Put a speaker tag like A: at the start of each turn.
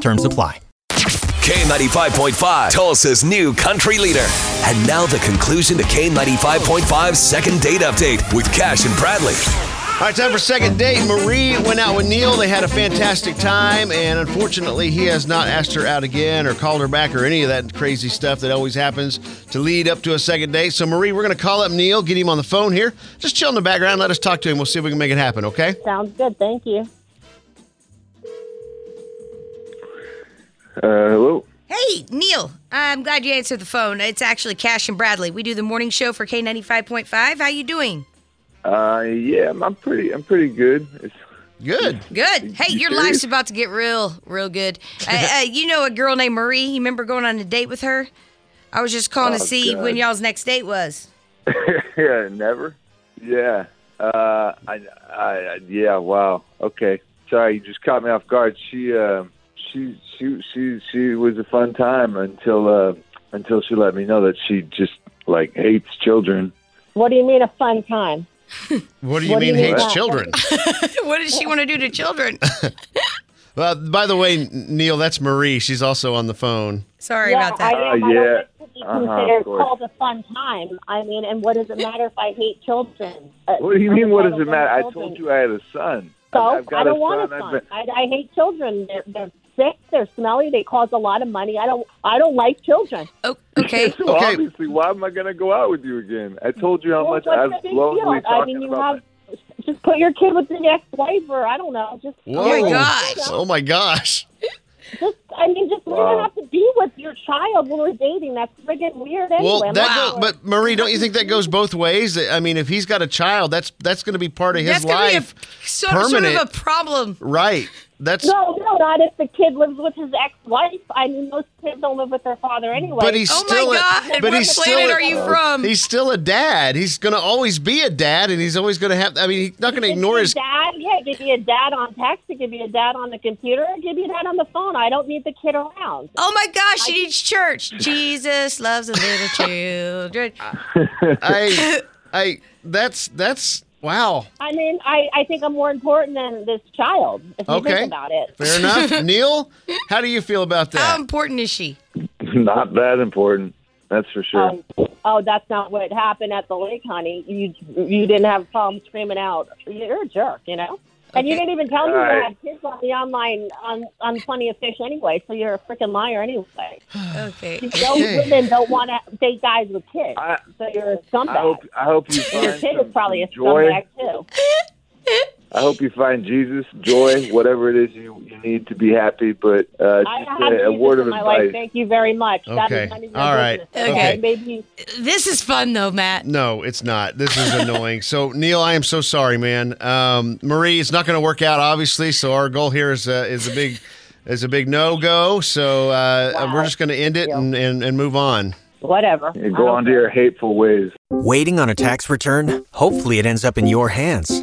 A: Terms apply.
B: K95.5, Tulsa's new country leader. And now the conclusion to K95.5's second date update with Cash and Bradley.
C: All right, time for second date. Marie went out with Neil. They had a fantastic time, and unfortunately, he has not asked her out again or called her back or any of that crazy stuff that always happens to lead up to a second date. So, Marie, we're going to call up Neil, get him on the phone here. Just chill in the background. Let us talk to him. We'll see if we can make it happen, okay?
D: Sounds good. Thank you.
E: Uh, hello.
F: Hey, Neil. I'm glad you answered the phone. It's actually Cash and Bradley. We do the morning show for K95.5. How you doing?
E: Uh, yeah, I'm, I'm pretty. I'm pretty good. It's,
C: Good.
F: Good. Hey,
E: You
F: your
E: serious?
F: life's about to get real, real good. Uh, uh, you know a girl named Marie? You remember going on a date with her? I was just calling to
E: Oh,
F: see
E: God.
F: when y'all's next date was.
E: yeah, never. Yeah. Uh, I, I, I- Yeah. Wow. Okay. Sorry, you just caught me off guard. She. Uh, she. She. She. She was a fun time until. Uh, until she let me know that she just like hates children.
D: What do you mean a fun time?
C: What do you
D: What do
C: mean
D: you mean
C: hates
D: by-
C: children?
F: what does she want to do to children?
C: uh, by the way, N- Neil, that's Marie. She's also on the phone.
F: Sorry
D: yeah,
F: about that.
D: I
E: Oh,
D: am. I don't
E: yeah.
D: think it could be
E: Uh-huh, of
D: considered
E: course.
D: called a fun time. I mean, and what does it matter if I hate children? Uh,
E: What do you
D: I'm
E: mean? What does
D: entitled to
E: it matter? I
D: children.
E: told you I had a son.
D: So
E: I've-
D: I
E: I've got
D: don't
E: a
D: want
E: son.
D: a son.
E: I've been-
D: I, I hate children. They're, they're sick. They're smelly. They cause a lot of money. I don't. I don't like children.
F: Oh, okay.
E: So
C: Okay.
E: obviously, why am I going to go out with you again? I told you how
D: Well,
E: much
D: what's
E: I
D: the
E: was
D: big
E: lonely
D: deal?
E: talking
D: I mean, you
E: about
D: have just put your kid with an ex-wife, or I don't know. Just
F: my gosh.
C: Oh my gosh.
D: Just, I mean, just we
E: Wow.
D: don't have to be with your child when we're dating. That's friggin' weird anyway.
C: Well,
D: I'm
C: that
D: not
C: go-
D: sure.
C: but Marie, don't you think that goes both ways? I mean, if he's got a child, that's that's going to be part of his
F: That's gonna
C: life.
F: be a, so, sort of
C: permanent.
F: a problem.
C: Right. That's
D: no, no, not if the kid lives with his ex-wife. I mean, most kids don't live with their father anyway.
C: But he's
F: Oh my
C: still a,
F: God,
C: but
F: what
C: he's
F: planet
C: still a-
F: are you from?
C: He's still a dad. He's going to always be a dad, and he's always going to have. I mean, he's not going to
D: It could
C: ignore
D: be
C: his.
D: a dad. Yeah, it could be a dad on text. It could be a dad on the computer. It could be a dad on the phone. I don't need the kid around.
F: Oh my gosh, she needs church. Jesus loves the little children.
C: I, I. That's that's wow.
D: I mean, I, I think I'm more important than this child. If you
C: Okay.
D: think about it.
C: Fair enough, Neil. How do you feel about
F: How
C: that?
F: important is she?
E: that. Not that important. That's for sure.
D: Um, oh, that's not what happened at the lake, honey. You you didn't have a problem screaming out. You're a jerk, you know. And you
F: Okay.
D: didn't even tell me you
E: Alright.
D: had kids on the online on on Plenty of Fish anyway. So you're a freaking liar anyway.
F: Okay.
D: Those women don't want to date guys with kids.
E: I-
D: so you're a scumbag.
E: I hope I hope you
D: your
E: find
D: kid
E: some,
D: is probably a
E: some joy.
D: scumbag too.
E: I hope you find Jesus, joy, whatever it is you, you need to be happy. But uh,
D: I have
E: just a, a
D: Jesus
E: word
D: in
E: of
D: my life.
E: advice.
D: Thank you very much. That
C: Okay.
D: is none of your
C: All right.
D: business,
F: Okay.
D: Maybe
F: This is fun though, Matt.
C: No, it's not. This is annoying. So, Neil, I am so sorry, man. Um, Marie, it's not going to work out, obviously. So, our goal here is a, is a big is a big no go. So, uh,
D: Wow.
C: we're just going to end it and, and, and move on.
D: whatever.
E: You go on to your hateful ways.
A: Waiting on a tax return? Hopefully, it ends up in your hands.